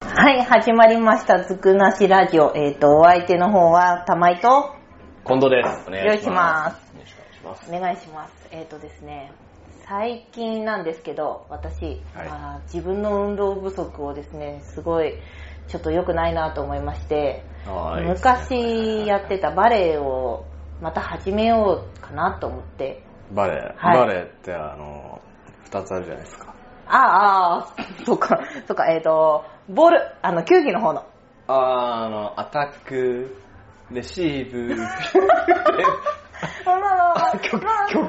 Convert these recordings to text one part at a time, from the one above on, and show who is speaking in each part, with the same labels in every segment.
Speaker 1: はい、始まりました。ずくなしラジオ。えっ、と、お相手の方は、玉井と、
Speaker 2: 近藤です。お願いします。お願いします。
Speaker 1: お願いします。えっ、とですね、最近なんですけど、私、
Speaker 2: はい
Speaker 1: あー自分の運動不足をですね、すごい、ちょっと良くないなと思いまして、
Speaker 2: はい
Speaker 1: 昔やってたバレエを、また始めようかなと思って、
Speaker 2: バレエ、
Speaker 1: はい
Speaker 2: バレエってあの、二つあるじゃないですか。
Speaker 1: あーあー、そっか、そっか、えっ、と、ボール、あの、球技の方の、
Speaker 2: あーあの、アタック、レシーブ。
Speaker 1: まあまあまあ
Speaker 2: 曲
Speaker 1: まあ
Speaker 2: 曲も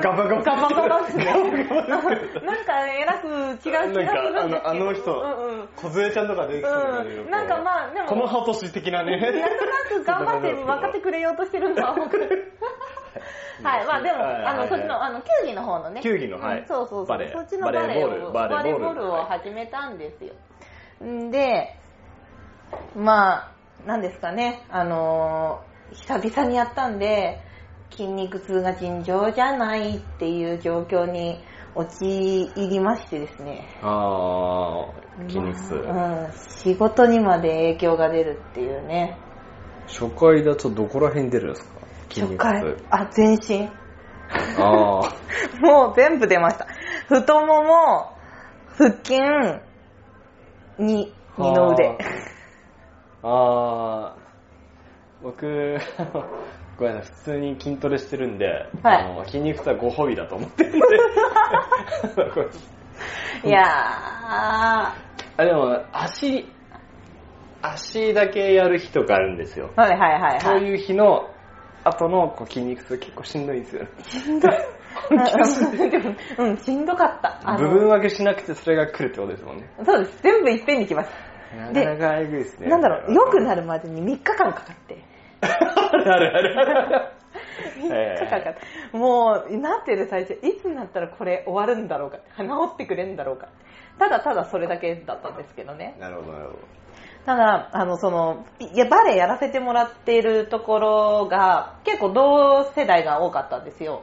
Speaker 2: ガバガ
Speaker 1: ガ
Speaker 2: バ
Speaker 1: バガバですね。
Speaker 2: ガバガバ
Speaker 1: なんか、えらく違う気がするんですけど。
Speaker 2: なんかあのあの人
Speaker 1: うんうん。
Speaker 2: 梢ちゃんとか出てきそうだけど
Speaker 1: うんなんかまあでも
Speaker 2: この葉年的なね。
Speaker 1: なんとなく頑張って分かってくれようとしてるん だ、僕。 はい、まあでも、
Speaker 2: はいはい
Speaker 1: あ
Speaker 2: は
Speaker 1: の、
Speaker 2: い
Speaker 1: そっちの、あの、球技の方のね。
Speaker 2: 球技のはい
Speaker 1: うんそうそうそ
Speaker 2: バ
Speaker 1: う
Speaker 2: レ。ー
Speaker 1: そっちのバレーを、
Speaker 2: バ
Speaker 1: バ
Speaker 2: レ
Speaker 1: レ
Speaker 2: ーボ
Speaker 1: ー
Speaker 2: ールバレーボール
Speaker 1: ボールを始めたんですよ。んで、まあ、なんですかね、あのー久々にやったんで、筋肉痛が尋常じゃないっていう状況に陥りましてですね。
Speaker 2: あー、筋肉痛。
Speaker 1: うん、仕事にまで影響が出るっていうね。
Speaker 2: 初回だとどこら辺出るんですか筋
Speaker 1: 初
Speaker 2: 肉
Speaker 1: 回
Speaker 2: 痛。、
Speaker 1: あ、全身。
Speaker 2: あー。
Speaker 1: もう全部出ました。太もも、腹筋、に、二の腕。
Speaker 2: あー、僕、 ごめんなさい、普通に筋トレしてるんで、
Speaker 1: はい
Speaker 2: あの筋肉痛はご褒美だと思って るんで。これ
Speaker 1: いや
Speaker 2: あでも、足、足だけやる日とかあるんですよ。
Speaker 1: ー。はいはいはい
Speaker 2: そう
Speaker 1: はい。
Speaker 2: いう日の後のこう筋肉痛結構しんどいんですよ。
Speaker 1: しんどい。 うんでもうん、しんどかった。あ
Speaker 2: 部
Speaker 1: の
Speaker 2: 分分けしなくてそれが来るってことですもんね。
Speaker 1: そうです。全部いっぺんに来まし
Speaker 2: な
Speaker 1: で
Speaker 2: かなかえぐいです
Speaker 1: た。
Speaker 2: ね。
Speaker 1: なんだろう、良くな
Speaker 2: る。
Speaker 1: るまでに3日間かかって。
Speaker 2: あるあるある。
Speaker 1: 3日間かかって。もう、なってる最中、いつになったらこれ終わるんだろうか。治ってくれるんだろうか。ただただそれだけだったんですけどね。
Speaker 2: なるほど、なるほど。
Speaker 1: ただあのそのいやバレエやらせてもらっているところが結構同世代が多かったんですよ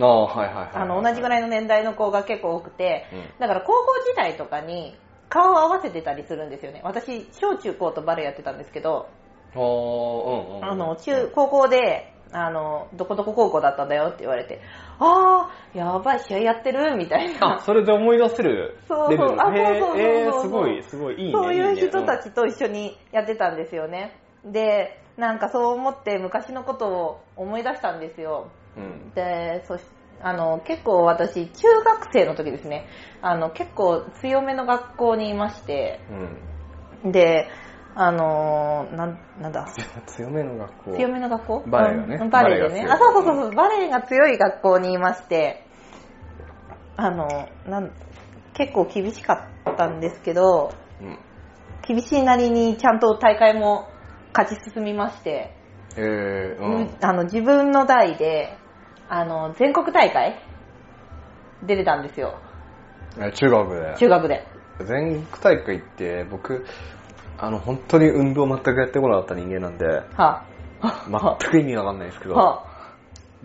Speaker 2: ああ、はいはいはい。
Speaker 1: あの同じぐらいの年代の子が結構多くて、
Speaker 2: うん
Speaker 1: だから高校時代とかに顔を合わせてたりするんですよね私小中高とバレエやってたんですけど、
Speaker 2: おーうんうんうん、
Speaker 1: あの中高校であのどこどこ高校だったんだよって言われてああやばい試合やってるみたいな
Speaker 2: あそれで思い出せる
Speaker 1: そう
Speaker 2: レベ
Speaker 1: そう
Speaker 2: ル
Speaker 1: あ
Speaker 2: へ
Speaker 1: そうそうそうそう
Speaker 2: ええー、すごいすごいいいね
Speaker 1: そういう人た
Speaker 2: い
Speaker 1: ちと一緒にやってたんですよね。で、なんかそう思って昔のことを思い出したんですよ。
Speaker 2: いねうん
Speaker 1: で、そしあの結構私、中学生の時ですね、あの結構強めの学校にいまして、
Speaker 2: うん、うん、
Speaker 1: で、あのーなん、なんだ、
Speaker 2: 強めの学校
Speaker 1: 強めの学校
Speaker 2: バレエがね
Speaker 1: うんバレエで
Speaker 2: バレエ
Speaker 1: ね。
Speaker 2: が強い
Speaker 1: あ、そうそうそうそう、バレエが強い学校にいまして、あの、なん結構厳しかったんですけど、
Speaker 2: うんへ
Speaker 1: 厳しいなりにちゃんと大会も勝ち進みまして、
Speaker 2: えー、
Speaker 1: うんあの自分の代であの全国大会出てたんですよ
Speaker 2: うんえ中学で
Speaker 1: 中学で
Speaker 2: 全国大会って僕あの本当に運動全くやってこなかった人間なんで
Speaker 1: は
Speaker 2: 全く意味わかんないですけ
Speaker 1: あ、
Speaker 2: ど
Speaker 1: はあ、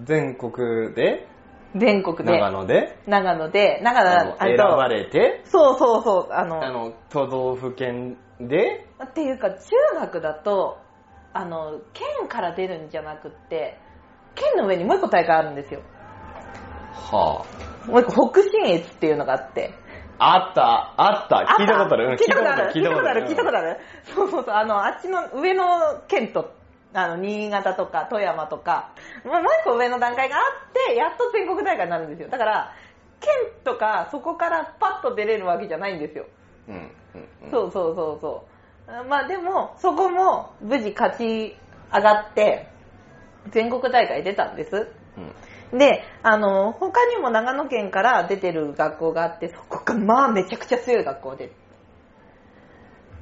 Speaker 2: 全国で
Speaker 1: 全国で
Speaker 2: 長野で
Speaker 1: 長野で長
Speaker 2: あ
Speaker 1: 野
Speaker 2: の
Speaker 1: あ
Speaker 2: 選ばれて
Speaker 1: そうそうそうあの
Speaker 2: あの都道府県で
Speaker 1: っていうか中学だとあの県から出るんじゃなくって県の上にもう一個大会あるんですよ
Speaker 2: はあ
Speaker 1: もう一個北信越っていうのがあって
Speaker 2: あった、あった、聞いたことある。うん
Speaker 1: 聞いたことある。聞
Speaker 2: 聞
Speaker 1: い
Speaker 2: い
Speaker 1: たこ
Speaker 2: たことと
Speaker 1: あ
Speaker 2: あ
Speaker 1: る。
Speaker 2: る。
Speaker 1: 聞いたことある。そうそうそう。あの、あっちの上の県と、あの、新潟とか富山とか、もうもう一個上の段階があって、やっと全国大会になるんですよ。だから、県とか、そこからパッと出れるわけじゃないんですよ。
Speaker 2: うんうんうん
Speaker 1: そうそうそうそうあ。まあでも、そこも無事勝ち上がって、全国大会出たんです。
Speaker 2: うん
Speaker 1: で、あの、他にも長野県から出てる学校があって、そこがまあめちゃくちゃ強い学校で。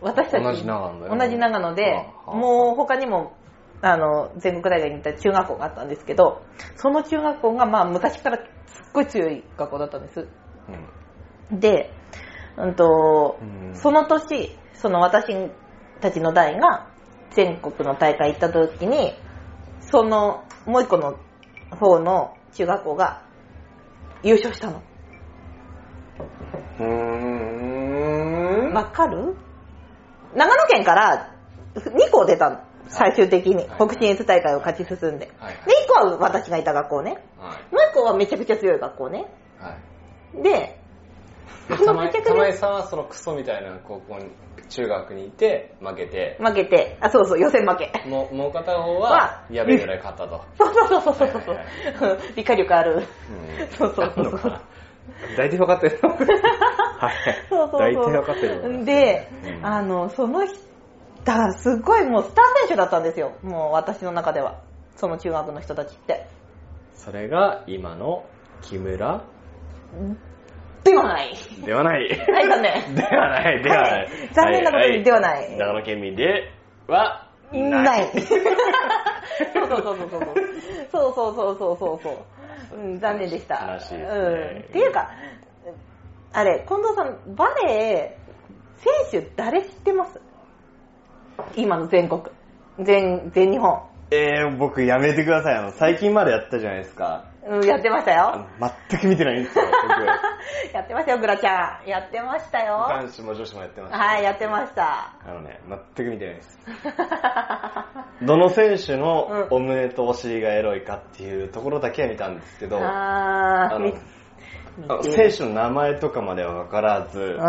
Speaker 1: 私たち、
Speaker 2: 同じ長野だよ
Speaker 1: 同じ長野で
Speaker 2: はあはあ
Speaker 1: もう他にも、あの、全国大学に行った中学校があったんですけど、その中学校がまあ昔からすっごい強い学校だったんです。で、うんと、
Speaker 2: うん
Speaker 1: その年、その私たちの代が全国の大会行った時に、そのもう一個の方の中学校が優勝したの。
Speaker 2: うん。うーん。
Speaker 1: わかる長野県から2校出たの。最終的に、
Speaker 3: はい
Speaker 1: 北信越大会を勝ち進んで。で、
Speaker 3: はい
Speaker 1: 1校は私がいた学校ね。
Speaker 3: はい
Speaker 1: もう1校はめちゃくちゃ強い学校ね。
Speaker 3: はい
Speaker 1: で、
Speaker 3: で
Speaker 1: その
Speaker 3: 玉井
Speaker 1: 結局ね
Speaker 3: 玉井さんはそのクソみたいな高校に中学にいて負けて
Speaker 1: 負けて、あ、そうそう、予選負け。
Speaker 3: もうもう片方
Speaker 1: は
Speaker 3: はやべえぐらい勝ったと、
Speaker 1: そうそうそうそうそうそう
Speaker 3: はい
Speaker 1: うん。理解力ある。
Speaker 3: うん
Speaker 1: そうそうそう
Speaker 3: なのかな大体分かってるはい
Speaker 1: そうそうそう。
Speaker 3: 大体分かってると思います
Speaker 1: で、
Speaker 3: うん
Speaker 1: あの、その人、だからすごいもうスター選手だったんですよ。もう私の中では。その中学の人たちって。
Speaker 3: それが今の木村
Speaker 1: ではない。
Speaker 3: ではない
Speaker 1: はい、残 念。
Speaker 3: ではない、ではな
Speaker 1: はいい。 残念なことにではない
Speaker 3: 長野県民ではない。
Speaker 1: ない。そうそうそうそうそう。そうそうそうそうそうそう。うん、残念でした。
Speaker 3: 悲しいですね
Speaker 1: うん。っていうか、あれ、近藤さん、バレー、選手誰知ってます今の全国。全、全日本。
Speaker 2: えー、僕やめてください。あの、最近までやったじゃないですか。
Speaker 1: うん、やってました
Speaker 2: あ
Speaker 1: よ
Speaker 2: の。全く見てないんで すよ、
Speaker 1: やってましたよ、グラちゃん。やってました
Speaker 2: 僕。
Speaker 1: よ。
Speaker 2: 男子も女子もやってました。
Speaker 1: はい、やってました。
Speaker 2: あのね、全く見てな いです。どの選手の
Speaker 1: うん
Speaker 2: お胸とお尻がエロいかっていうところだけは見たんですけど、あ
Speaker 1: あー、
Speaker 2: の
Speaker 1: み
Speaker 2: あの
Speaker 1: 見て
Speaker 2: 選手の名前とかまでは分からず
Speaker 1: うん。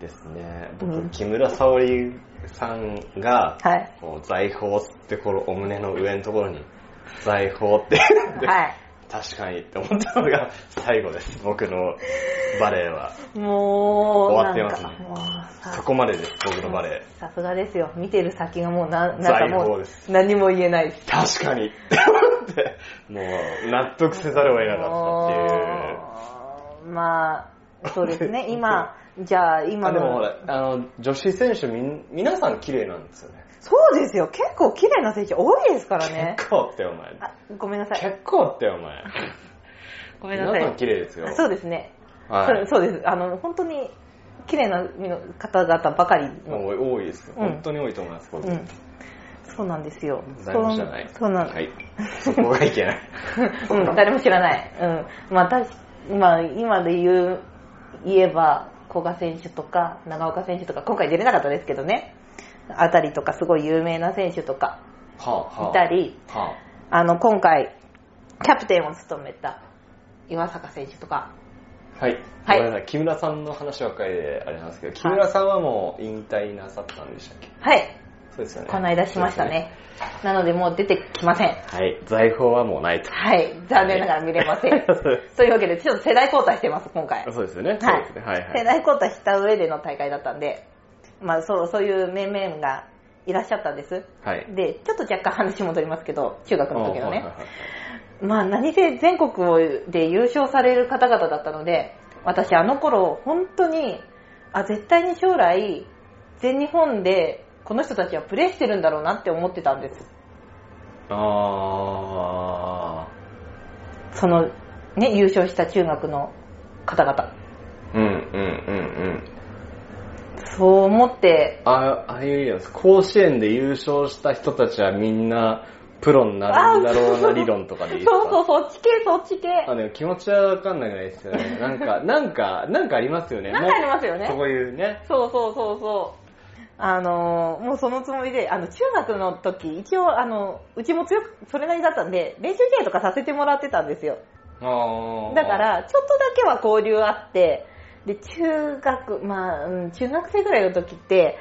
Speaker 2: ですね、
Speaker 1: うん
Speaker 2: 僕、木村沙織さんが、
Speaker 1: はい。
Speaker 2: こう財宝ってこのお胸の上のところに、財宝って、
Speaker 1: はい。
Speaker 2: 確かにって思ったのが最後です、僕のバレーは。
Speaker 1: もう、
Speaker 2: 終わってますね
Speaker 1: なんかもうさ
Speaker 2: そこまでです、僕のバレー。
Speaker 1: さすがですよ。見てる先がもうな、なんか
Speaker 2: 財
Speaker 1: も
Speaker 2: 宝
Speaker 1: う
Speaker 2: で、
Speaker 1: 何も言えないです。
Speaker 2: 確かにって思って、もう納得せざるを得なかったっ
Speaker 1: も
Speaker 2: ていう。
Speaker 1: うまあ、そうです ね。今、じゃあ今
Speaker 2: あでもほ
Speaker 1: の、
Speaker 2: ら、あの、女子選手みん、皆さん綺麗なんですよね。
Speaker 1: そうですよ。結構綺麗な選手多いですからね。
Speaker 2: 結構ってお前。
Speaker 1: あ、ごめんなさい。
Speaker 2: 結構ってお前。
Speaker 1: ごめんなさ
Speaker 2: 皆さん
Speaker 1: い。
Speaker 2: 綺麗ですよ。
Speaker 1: そうですね。
Speaker 2: はい。
Speaker 1: そうそうです。あの、本当に、綺麗な方々ばかりの。
Speaker 2: もう多いです。
Speaker 1: うん
Speaker 2: 本当に多いと思います、僕。
Speaker 1: うん。そうなんですよ。
Speaker 2: 財宝じゃない。
Speaker 1: そうなんです。
Speaker 2: はい。そこがいけない。
Speaker 1: うん、誰も知らない。うん。まあ、たしまあ、今で言う、言えば、古賀選手とか、長岡選手とか、今回出れなかったですけどね、あたりとか、すごい有名な選手とか、
Speaker 2: はあ、はいあ。
Speaker 1: たり、
Speaker 2: は
Speaker 1: あの、今回、キャプテンを務めた岩坂選手とか、
Speaker 2: あ。はい。
Speaker 1: はい
Speaker 2: ごめんなさい木村さんの話ばっかりであれなんですけど、木村さんはもう引退なさったんでしたっけ
Speaker 1: はい、
Speaker 2: そうですよね。
Speaker 1: この間しましたね。なので、もう出てきません。
Speaker 2: はい、財宝はもうないと。
Speaker 1: はい、残念ながら見れません。というわけで、ちょっと世代交代してます、今回。
Speaker 2: そうですよね。
Speaker 1: はい
Speaker 2: そうですねはいは
Speaker 1: 世
Speaker 2: い。
Speaker 1: 代交代した上での大会だったんで、まあそうそういう面々がいらっしゃったんです。
Speaker 2: はい。
Speaker 1: で、ちょっと若干話戻りますけど、中学の時の
Speaker 2: おう
Speaker 1: ね。
Speaker 2: はいはいはい
Speaker 1: まあ何せ全国をで優勝される方々だったので、私あの頃本当に、あ、絶対に将来全日本でこの人たちはプレーしてるんだろうなって思ってたんです。
Speaker 2: あ
Speaker 1: そのね、優勝した中学の方々。
Speaker 2: ー。うんうんうんうん。
Speaker 1: そう思って、
Speaker 2: あああいう意味なんです。甲子園で優勝した人たちはみんなプロになるんだろうな理論とかでいいですか
Speaker 1: そうそう、そっち系、そっち系。
Speaker 2: あでも気持ちはわかんなくないですよね。なん か、なんか、なんかありますよね。
Speaker 1: なんかありますよね
Speaker 2: もうそういうね。
Speaker 1: そうそうそうそう。あのーもうそのつもりで、あの、中学の時、一応、あの、うちも強く、それなりだったんで、練習試合とかさせてもらってたんですよ。
Speaker 2: あー
Speaker 1: だか、ら、ちょっとだけは交流あって、で、中学、まあ、うん中学生ぐらいの時って、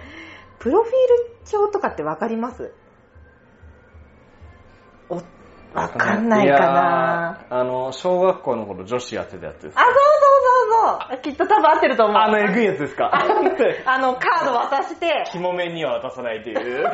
Speaker 1: プロフィール帳とかってわかりますお、わかんないかな。
Speaker 2: いやーあの、小学校の頃女子やってたやつです
Speaker 1: あ、。そうそうそうそう。きっと多分合ってると思う。
Speaker 2: あの、えぐいやつですか。
Speaker 1: あの、カード渡して、
Speaker 2: キモめには渡さないという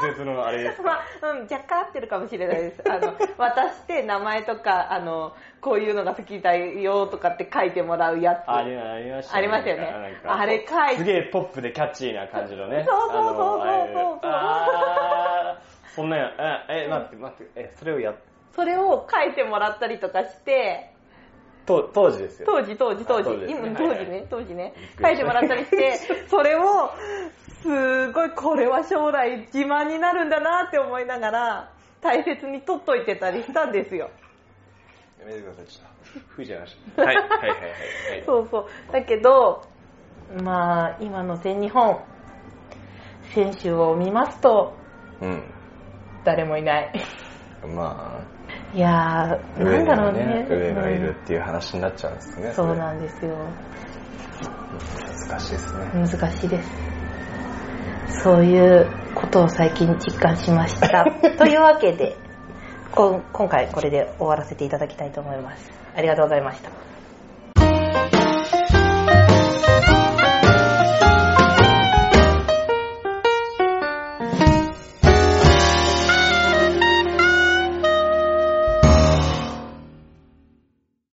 Speaker 2: 伝説のあれです。
Speaker 1: まあ、うん、若干合ってるかもしれないです。あの、渡して名前とか、あの、こういうのが好きだよとかって書いてもらうやつ。
Speaker 2: ありありました
Speaker 1: ありましたよね
Speaker 2: なんか
Speaker 1: あれかい
Speaker 2: すげえポップでキャッチーな感じのね。
Speaker 1: そうそうそうそうそう
Speaker 2: あのああいあーそんなや、あえ、待って待って、え、それをやっ、
Speaker 1: それを書いてもらったりとかして、
Speaker 2: と当時ですよ。
Speaker 1: 当時、当時、当時、
Speaker 2: あそうですね
Speaker 1: 今、当
Speaker 2: はいはい
Speaker 1: 時ね、当時ね、
Speaker 2: びっ
Speaker 1: 書
Speaker 2: く
Speaker 1: い
Speaker 2: り
Speaker 1: て
Speaker 2: した
Speaker 1: もらったりして、 それを、すごい、これは将来自慢になるんだなって思いながら、大切に取っといてたりしたんですよ。
Speaker 2: やめてください、ちょっと。吹いちゃいました。はい、はい、はい、はい。
Speaker 1: そうそう。だけど、まあ、今の全日本選手を見ますと、誰もいない。
Speaker 2: うん。まあ、
Speaker 1: いやー、なんだろうね。
Speaker 2: 上がいる
Speaker 1: うん
Speaker 2: っていう話になっちゃうんですね。
Speaker 1: そう
Speaker 2: れ
Speaker 1: なんですよ。
Speaker 2: 難しいですね。
Speaker 1: 難しいです。そういうことを最近実感しま した。というわけで、こん今回これで終わらせていただきたいと思います。ありがとうございました。